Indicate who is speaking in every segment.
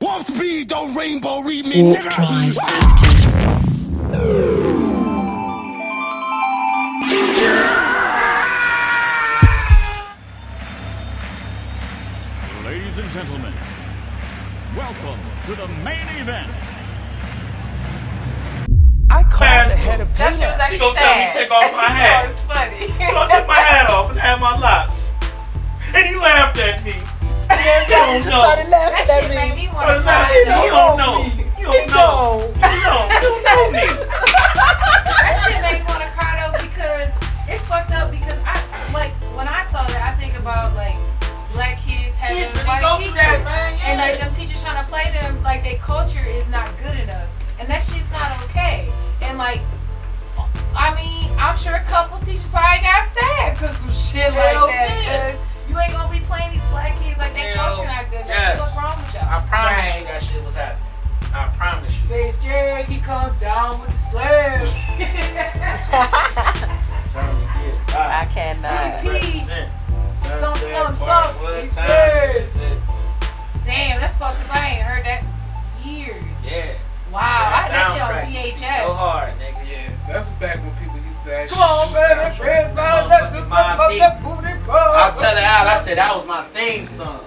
Speaker 1: Warp speed, don't rainbow read me, nigga.
Speaker 2: Ladies and gentlemen, welcome to the main event.
Speaker 3: I called ahead of
Speaker 4: That shit was
Speaker 3: peanuts.
Speaker 4: actually
Speaker 5: She gonna tell me
Speaker 4: sad.
Speaker 5: take off my hat.
Speaker 4: That shit was funny.
Speaker 5: So I took my hat off and had my locks. And he laughed at me. You don't
Speaker 3: Just
Speaker 5: know.
Speaker 3: started laughing
Speaker 4: That
Speaker 3: at
Speaker 4: shit made
Speaker 3: me.
Speaker 4: me want to
Speaker 5: Started
Speaker 4: cry.
Speaker 5: laughing.
Speaker 3: He
Speaker 5: You don't
Speaker 3: owned
Speaker 5: know.
Speaker 3: me.
Speaker 5: You
Speaker 3: He
Speaker 5: don't know. You don't. You don't know me.
Speaker 4: That shit made me want to cry though because it's fucked up. Because I like when I saw that, I think about like black kids having
Speaker 5: Kids really
Speaker 4: white
Speaker 5: go through
Speaker 4: teachers
Speaker 5: that, man.
Speaker 4: and like
Speaker 5: Yeah.
Speaker 4: them teachers trying to play them like their culture is not good enough, and that shit's not okay. And like. I mean, I'm sure a couple teachers probably got stabbed because some shit
Speaker 5: Hell
Speaker 4: like that.
Speaker 5: yeah.
Speaker 4: 'cause you ain't gonna be playing these black kids like their
Speaker 5: Hell
Speaker 4: culture not good enough.
Speaker 5: yes.
Speaker 4: What's wrong with y'all?
Speaker 5: I promise
Speaker 4: Right.
Speaker 5: you that shit was happening. I promise you.
Speaker 4: Space Jam, he comes down with the slab.
Speaker 5: Time to get by.
Speaker 3: I cannot.
Speaker 4: Sweet pea.
Speaker 5: Represent.
Speaker 4: Some-
Speaker 5: Sunset
Speaker 4: some-
Speaker 5: Park,
Speaker 4: some.
Speaker 5: what
Speaker 4: It's
Speaker 5: time
Speaker 4: good.
Speaker 5: is it?
Speaker 4: Damn, that's fucked up. I ain't heard that in years.
Speaker 5: Yeah.
Speaker 4: Wow, I had that shit on
Speaker 5: soundtrack used to be So
Speaker 4: VHS.
Speaker 5: hard, nigga. Yeah.
Speaker 6: That's back when people used to ask.
Speaker 3: Come on, baby, press on that
Speaker 5: Motherfucking
Speaker 3: good
Speaker 5: Mobb
Speaker 3: up
Speaker 5: Deep.
Speaker 3: that booty
Speaker 5: I'll
Speaker 3: pole.
Speaker 5: tell her out, I said that was my theme song.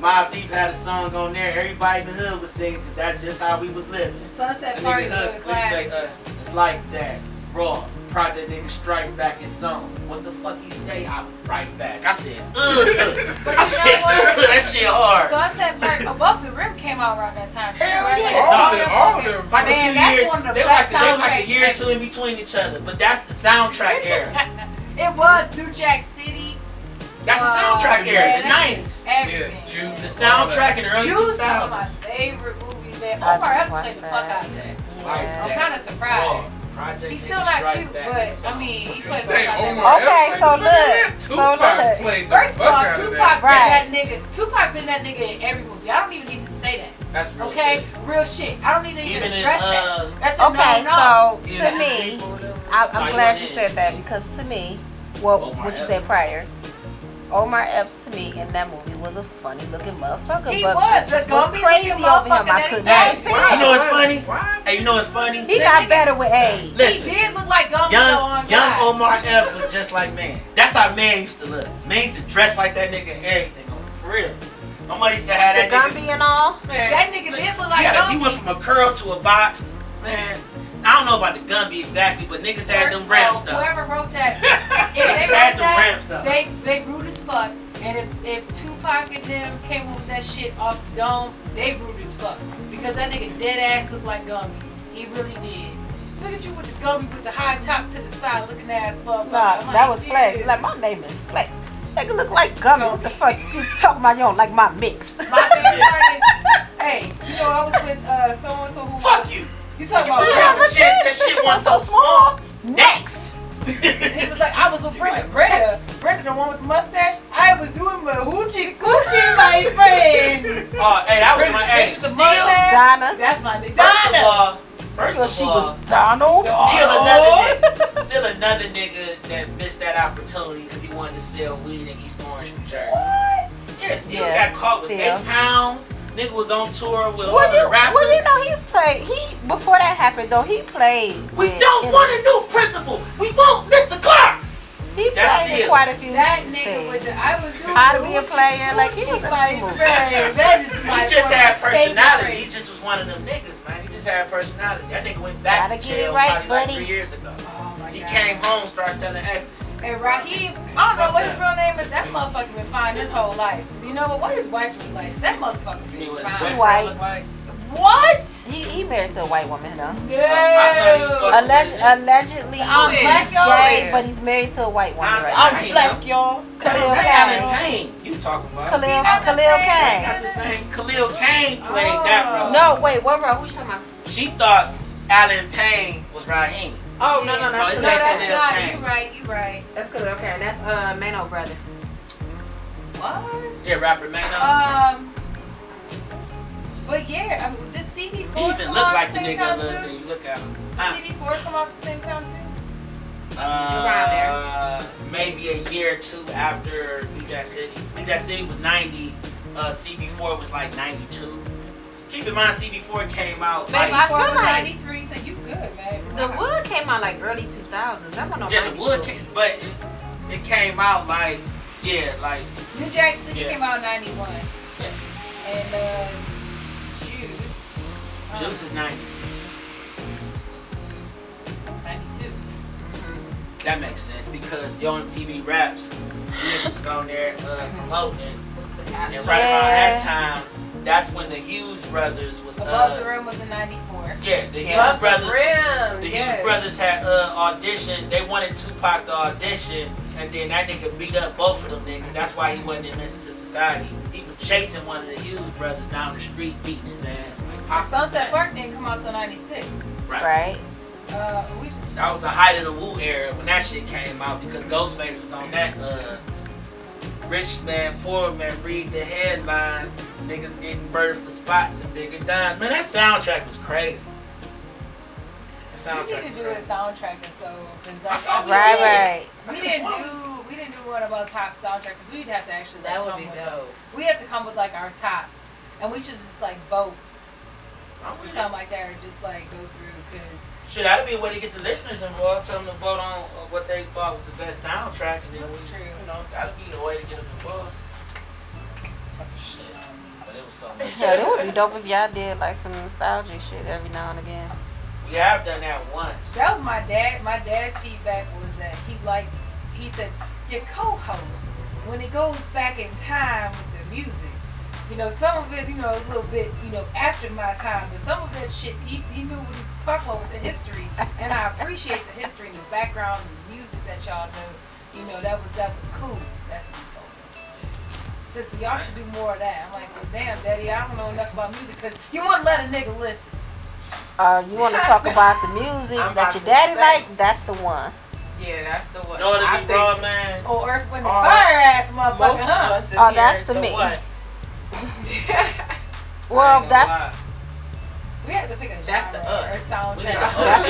Speaker 5: My deep had a song on there, everybody in the hood was singing, 'cause that's just how we was living.
Speaker 4: Sunset
Speaker 5: A
Speaker 4: Party
Speaker 5: nigga
Speaker 4: was a
Speaker 5: hood, click say,
Speaker 4: classic.
Speaker 5: uh, it's like that. Raw, Project Nigga Strike back in song. What the fuck he say? I'm right back. I said, ugh.
Speaker 4: But
Speaker 5: I
Speaker 4: you know
Speaker 5: said,
Speaker 4: what?
Speaker 5: ugh, that shit hard.
Speaker 4: Sunset Park Above the Rim came out around that time. too,
Speaker 5: Hell
Speaker 4: right?
Speaker 5: yeah.
Speaker 4: Like,
Speaker 5: All
Speaker 4: all
Speaker 5: the-
Speaker 4: them
Speaker 6: all
Speaker 4: fucking-
Speaker 6: them.
Speaker 5: Like a
Speaker 4: Man,
Speaker 5: few
Speaker 4: that's
Speaker 5: years,
Speaker 4: one of the
Speaker 5: they
Speaker 4: best
Speaker 5: like, they like a
Speaker 4: soundtracks
Speaker 5: year or
Speaker 4: ever.
Speaker 5: two in between each other, but that's the soundtrack era.
Speaker 4: It was New Jack City,
Speaker 5: That's the
Speaker 4: Wow.
Speaker 5: soundtrack
Speaker 4: Yeah,
Speaker 5: era, the
Speaker 4: that-
Speaker 5: 90s.
Speaker 4: everything.
Speaker 6: Yeah, Juice.
Speaker 5: The soundtrack in the early
Speaker 4: Juice is one of my
Speaker 5: 2000s.
Speaker 4: favorite movies, man.
Speaker 3: I
Speaker 4: Omar Epps
Speaker 3: just
Speaker 4: played the
Speaker 3: watched
Speaker 4: fuck
Speaker 3: that.
Speaker 4: out of that.
Speaker 3: Yeah.
Speaker 4: I'm kind of surprised. He's still not cute, but I mean, he
Speaker 6: You
Speaker 4: plays
Speaker 6: say
Speaker 4: like
Speaker 6: Omar
Speaker 3: Okay,
Speaker 6: Epps,
Speaker 3: so
Speaker 6: like,
Speaker 3: look,
Speaker 6: man,
Speaker 3: so
Speaker 6: Tupac
Speaker 3: look.
Speaker 6: played the
Speaker 4: First of
Speaker 6: fuck
Speaker 4: all,
Speaker 6: out
Speaker 4: Tupac
Speaker 6: that.
Speaker 4: been that nigga. Tupac been that nigga in every movie. I don't even need to say that.
Speaker 5: That's real
Speaker 4: Okay,
Speaker 5: shit.
Speaker 4: real shit. I don't need to even,
Speaker 5: Even in,
Speaker 4: address
Speaker 5: uh,
Speaker 4: that. That's a
Speaker 3: Okay,
Speaker 4: no,
Speaker 3: so
Speaker 4: no.
Speaker 3: to me, I, I'm glad you said that because to me, what
Speaker 5: Omar
Speaker 3: what you
Speaker 5: Epps.
Speaker 3: said prior, Omar Epps to me in that movie was a funny looking motherfucker.
Speaker 4: He
Speaker 3: but
Speaker 4: was
Speaker 3: it
Speaker 4: the
Speaker 3: just was
Speaker 4: grumpy
Speaker 3: crazy
Speaker 4: looking
Speaker 3: over him.
Speaker 4: motherfucker that
Speaker 3: I could
Speaker 4: he
Speaker 3: not
Speaker 4: was.
Speaker 5: You know
Speaker 3: stand.
Speaker 5: what's funny?
Speaker 6: Why?
Speaker 5: Hey, you know what's funny?
Speaker 3: He got better with age.
Speaker 5: Listen,
Speaker 4: he did look like Gumbo though
Speaker 5: young,
Speaker 4: on
Speaker 5: young
Speaker 4: God.
Speaker 5: Omar Epps was just like man. That's how man used to look. Man used to dress like that nigga and everything. For real. My mother used to have
Speaker 3: The
Speaker 5: that nigga.
Speaker 3: Gumby and all.
Speaker 5: Man,
Speaker 4: That nigga did look like
Speaker 5: he, had a- he
Speaker 4: Gumby.
Speaker 5: went from a curl to a box. Man, I don't know about the Gumby exactly, but niggas had
Speaker 4: First
Speaker 5: them
Speaker 4: of
Speaker 5: ramp
Speaker 4: all,
Speaker 5: stuff.
Speaker 4: Whoever wrote that, if they
Speaker 5: Had
Speaker 4: wrote
Speaker 5: them
Speaker 4: that,
Speaker 5: ramp stuff.
Speaker 4: they they rude as fuck. And if if Tupac and them came up with that shit off the dome, they rude as fuck because that nigga dead ass looked like Gumby. He really did. Look at you with the Gumby with the high top to the side, looking ass fuck.
Speaker 3: Nah, that was Fleck. Like my name is Fleck. Nigga look like Gumby. What the fuck you talking about? You don't like my mix.
Speaker 4: My favorite part is, hey, you know I was with uh someone so who
Speaker 5: Fuck you.
Speaker 4: You talking
Speaker 5: You
Speaker 4: about
Speaker 5: have
Speaker 4: Brenda?
Speaker 5: a- shit, that shit was so small.
Speaker 3: Next.
Speaker 4: And he was like, I was with Brenda. Brenda, Brenda, the one with the mustache. I was doing my hoochie coochie, my friend.
Speaker 5: Oh, hey, that was my hey.
Speaker 4: Bitch, the
Speaker 5: Still,
Speaker 4: mustache.
Speaker 3: Donna.
Speaker 4: That's my nigga. Donna. Oh.
Speaker 5: first of all, first
Speaker 3: Well,
Speaker 5: of
Speaker 3: she
Speaker 5: all,
Speaker 3: was Donald.
Speaker 5: Still another nigga, still another nigga that missed that opportunity because he wanted to sell weed in East Orange, New Jersey. Yeah, still
Speaker 3: Yeah,
Speaker 5: got caught with
Speaker 3: still.
Speaker 5: eight pounds. Nigga was on tour with all
Speaker 3: Well,
Speaker 5: the
Speaker 3: you,
Speaker 5: rappers.
Speaker 3: well, you know he's played. He before that happened though, he played.
Speaker 5: we
Speaker 3: with-
Speaker 5: don't want a new principal. We want Mr. Clark.
Speaker 3: He
Speaker 5: That's
Speaker 3: played in
Speaker 5: still-
Speaker 3: quite a few.
Speaker 4: That nigga
Speaker 3: things.
Speaker 4: with the, I was doing
Speaker 3: How to
Speaker 4: the
Speaker 3: be a
Speaker 4: hoochie
Speaker 3: player, like, he
Speaker 4: coochie,
Speaker 3: was a
Speaker 4: my
Speaker 3: fool.
Speaker 4: friend. That is
Speaker 5: He
Speaker 4: my
Speaker 5: just
Speaker 4: one of
Speaker 5: had
Speaker 4: my
Speaker 5: personality. He
Speaker 4: favorites.
Speaker 5: just was one of them niggas, man. He just had personality. That nigga went back
Speaker 3: Gotta
Speaker 5: to
Speaker 3: get
Speaker 5: jail
Speaker 3: it right,
Speaker 5: probably
Speaker 3: buddy.
Speaker 5: like three years ago.
Speaker 4: Oh my
Speaker 5: He
Speaker 4: God.
Speaker 5: came home, started selling ecstasy.
Speaker 4: And Raheem, I don't know what his real name is. That motherfucker been fine his whole life. You know what? What his wife was like? That motherfucker
Speaker 5: He
Speaker 4: been
Speaker 5: was
Speaker 4: fine.
Speaker 3: white.
Speaker 5: Like,
Speaker 4: What?
Speaker 3: He, he married to a white woman though.
Speaker 4: No.
Speaker 3: Alleg- allegedly,
Speaker 4: I'm
Speaker 3: he's
Speaker 4: black, Oh,
Speaker 3: gay,
Speaker 5: y'all.
Speaker 3: but he's married to a white woman
Speaker 5: I'm-
Speaker 3: right
Speaker 4: I'm black, y'all.
Speaker 3: Khalil
Speaker 5: Khalil
Speaker 3: Kane.
Speaker 5: Kane. You talking
Speaker 3: now.
Speaker 5: about?
Speaker 3: Khalil,
Speaker 4: not the
Speaker 3: Khalil
Speaker 4: same.
Speaker 3: Kane.
Speaker 5: Not the same. Khalil Kane played that
Speaker 4: Oh.
Speaker 5: role.
Speaker 3: No, wait, what bro? Who's talking about?
Speaker 5: She thought Alan Payne was Raheem.
Speaker 4: Oh no no
Speaker 5: No,
Speaker 4: that's
Speaker 5: it's
Speaker 4: no
Speaker 5: not
Speaker 4: that's
Speaker 5: Khalil
Speaker 4: not.
Speaker 5: Kane.
Speaker 4: You right you right.
Speaker 3: That's Khalil Kane. That's uh Mano brother.
Speaker 4: What?
Speaker 5: Yeah, rapper man.
Speaker 4: Um. But yeah, I mean, did CB4
Speaker 5: he even
Speaker 4: come
Speaker 5: look
Speaker 4: out
Speaker 5: like
Speaker 4: at
Speaker 5: the
Speaker 4: the same
Speaker 5: nigga a
Speaker 4: time
Speaker 5: little bit.
Speaker 4: too?
Speaker 5: You look at him.
Speaker 4: Did
Speaker 5: Huh?
Speaker 4: CB4 come out at the same time too?
Speaker 5: Uh, maybe a year or two after New Jack City. New Jack City was 90. Uh, CB4 was like 92. Keep in mind, CB4 came out.
Speaker 4: Babe,
Speaker 5: like,
Speaker 4: I feel
Speaker 3: feel
Speaker 4: like
Speaker 3: like-
Speaker 4: 93, so you good, man.
Speaker 3: The Wood came out like early 2000s. I don't know.
Speaker 5: yeah, the wood came, but it, it came out like, yeah, like,
Speaker 4: New Jack City
Speaker 5: Yeah.
Speaker 4: came out in 91.
Speaker 5: Yeah.
Speaker 4: And uh, Juice. um,
Speaker 5: just as 90.
Speaker 4: 92.
Speaker 5: That makes sense because Young TV Raps niggas was on there uh, promoting. And right
Speaker 3: Yeah.
Speaker 5: about that time, that's when the Hughes brothers was.
Speaker 4: Above the
Speaker 5: uh,
Speaker 4: Rim was in 94.
Speaker 5: Yeah, the Hughes
Speaker 3: Above the
Speaker 5: brothers.
Speaker 3: Rim,
Speaker 5: The Hughes
Speaker 3: yes.
Speaker 5: brothers had uh, auditioned. They wanted Tupac to audition, and then that nigga beat up both of them niggas. That's why he wasn't in Message to Society. He was chasing one of the Hughes brothers down the street, beating his ass. Like, pop his
Speaker 4: Sunset
Speaker 5: ass.
Speaker 4: Park didn't come out till 96.
Speaker 3: Right.
Speaker 4: Uh, we just.
Speaker 5: That was the height of the Wu era when that shit came out because Ghostface was on that. Uh, rich man, poor man, read the headlines. Niggas getting burned for spots and bigger dimes. Man, that soundtrack was crazy.
Speaker 4: We
Speaker 5: That
Speaker 4: need
Speaker 5: soundtrack
Speaker 4: to
Speaker 5: was
Speaker 4: do a
Speaker 5: crazy.
Speaker 4: soundtrack or so, cause
Speaker 5: I
Speaker 4: that's
Speaker 5: thought
Speaker 3: Right, right.
Speaker 4: We didn't do we didn't do one about top soundtrack because we'd have to actually like,
Speaker 3: That would
Speaker 4: come
Speaker 3: be
Speaker 4: with
Speaker 3: dope.
Speaker 4: we have to come with like our top, and we should just like vote
Speaker 5: I'm
Speaker 4: or
Speaker 5: with
Speaker 4: something
Speaker 5: that.
Speaker 4: like that, or just like go through because
Speaker 5: Shit, that'd be a way to get the listeners involved. Tell them to vote on uh, what they thought was the best soundtrack. And then
Speaker 4: That's
Speaker 5: we-
Speaker 4: true.
Speaker 5: You know, that'd be a way to get them involved. Shit. But it was so much.
Speaker 3: Yeah, that would be dope if y'all did like some nostalgic shit every now and again.
Speaker 5: We have done that once.
Speaker 4: that was my dad. My dad's feedback was that he liked he said your co-host when it goes back in time with the music. You know, some of it, you know, a little bit, you know, after my time, but some of that shit, he, he knew what he was talking about with the history, and I appreciate the history and the background and the music that y'all know. You know, that was that was cool. That's what he told me. Sister, y'all should do more of that. I'm like, well, damn, daddy, I don't know enough about music because you wouldn't let a nigga listen.
Speaker 3: Uh, you want to talk about the music
Speaker 4: I'm about
Speaker 3: that your
Speaker 4: to
Speaker 3: daddy
Speaker 4: say.
Speaker 3: like? That's the one.
Speaker 4: Yeah, that's the one.
Speaker 5: You know what it be, raw, man?
Speaker 4: Or "Oh, Earth, Wind, and
Speaker 5: Or-
Speaker 4: Fire ass motherfucker, huh?
Speaker 3: Oh, that's the me.
Speaker 5: I
Speaker 3: Well,
Speaker 5: ain't gonna
Speaker 3: that's
Speaker 4: We have to pick a genre
Speaker 7: That's the us.
Speaker 4: or
Speaker 5: lie. We the
Speaker 4: soundtrack.
Speaker 3: That's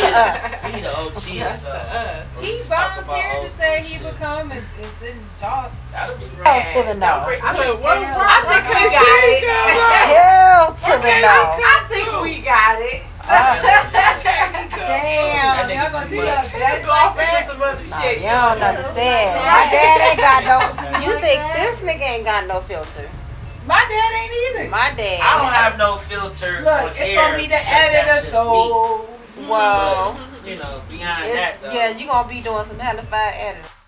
Speaker 5: OG. We
Speaker 3: the us.
Speaker 5: the OG or something.
Speaker 4: He
Speaker 5: Let's talk about
Speaker 4: volunteered
Speaker 5: old
Speaker 4: to say
Speaker 5: school
Speaker 4: he
Speaker 5: shit.
Speaker 4: would come and, and sit and talk.
Speaker 5: That'd be
Speaker 3: hell
Speaker 5: great.
Speaker 3: to the
Speaker 7: I
Speaker 3: no.
Speaker 7: think,
Speaker 4: Hell,
Speaker 7: I think we got it.
Speaker 3: Hell to the
Speaker 7: Okay,
Speaker 3: no.
Speaker 7: I think we got it.
Speaker 3: Uh,
Speaker 4: Damn,
Speaker 5: That nigga
Speaker 4: y'all gonna
Speaker 5: too
Speaker 4: do
Speaker 5: much.
Speaker 4: y'all daddy
Speaker 7: Go off
Speaker 4: like
Speaker 7: and get
Speaker 4: that?
Speaker 7: some other
Speaker 3: nah,
Speaker 7: shit.
Speaker 3: you don't understand. My dad ain't got no. You think this nigga ain't got no filter?
Speaker 4: My dad ain't either.
Speaker 3: My dad.
Speaker 5: I don't have no filter.
Speaker 4: Look,
Speaker 5: on
Speaker 4: it's
Speaker 5: air,
Speaker 4: gonna be the
Speaker 5: but
Speaker 4: editor,
Speaker 5: that's just
Speaker 4: so
Speaker 5: me. But,
Speaker 3: Whoa.
Speaker 5: You know, beyond that
Speaker 3: It's-
Speaker 5: though.
Speaker 3: Yeah, you gonna be doing some hella fire editing.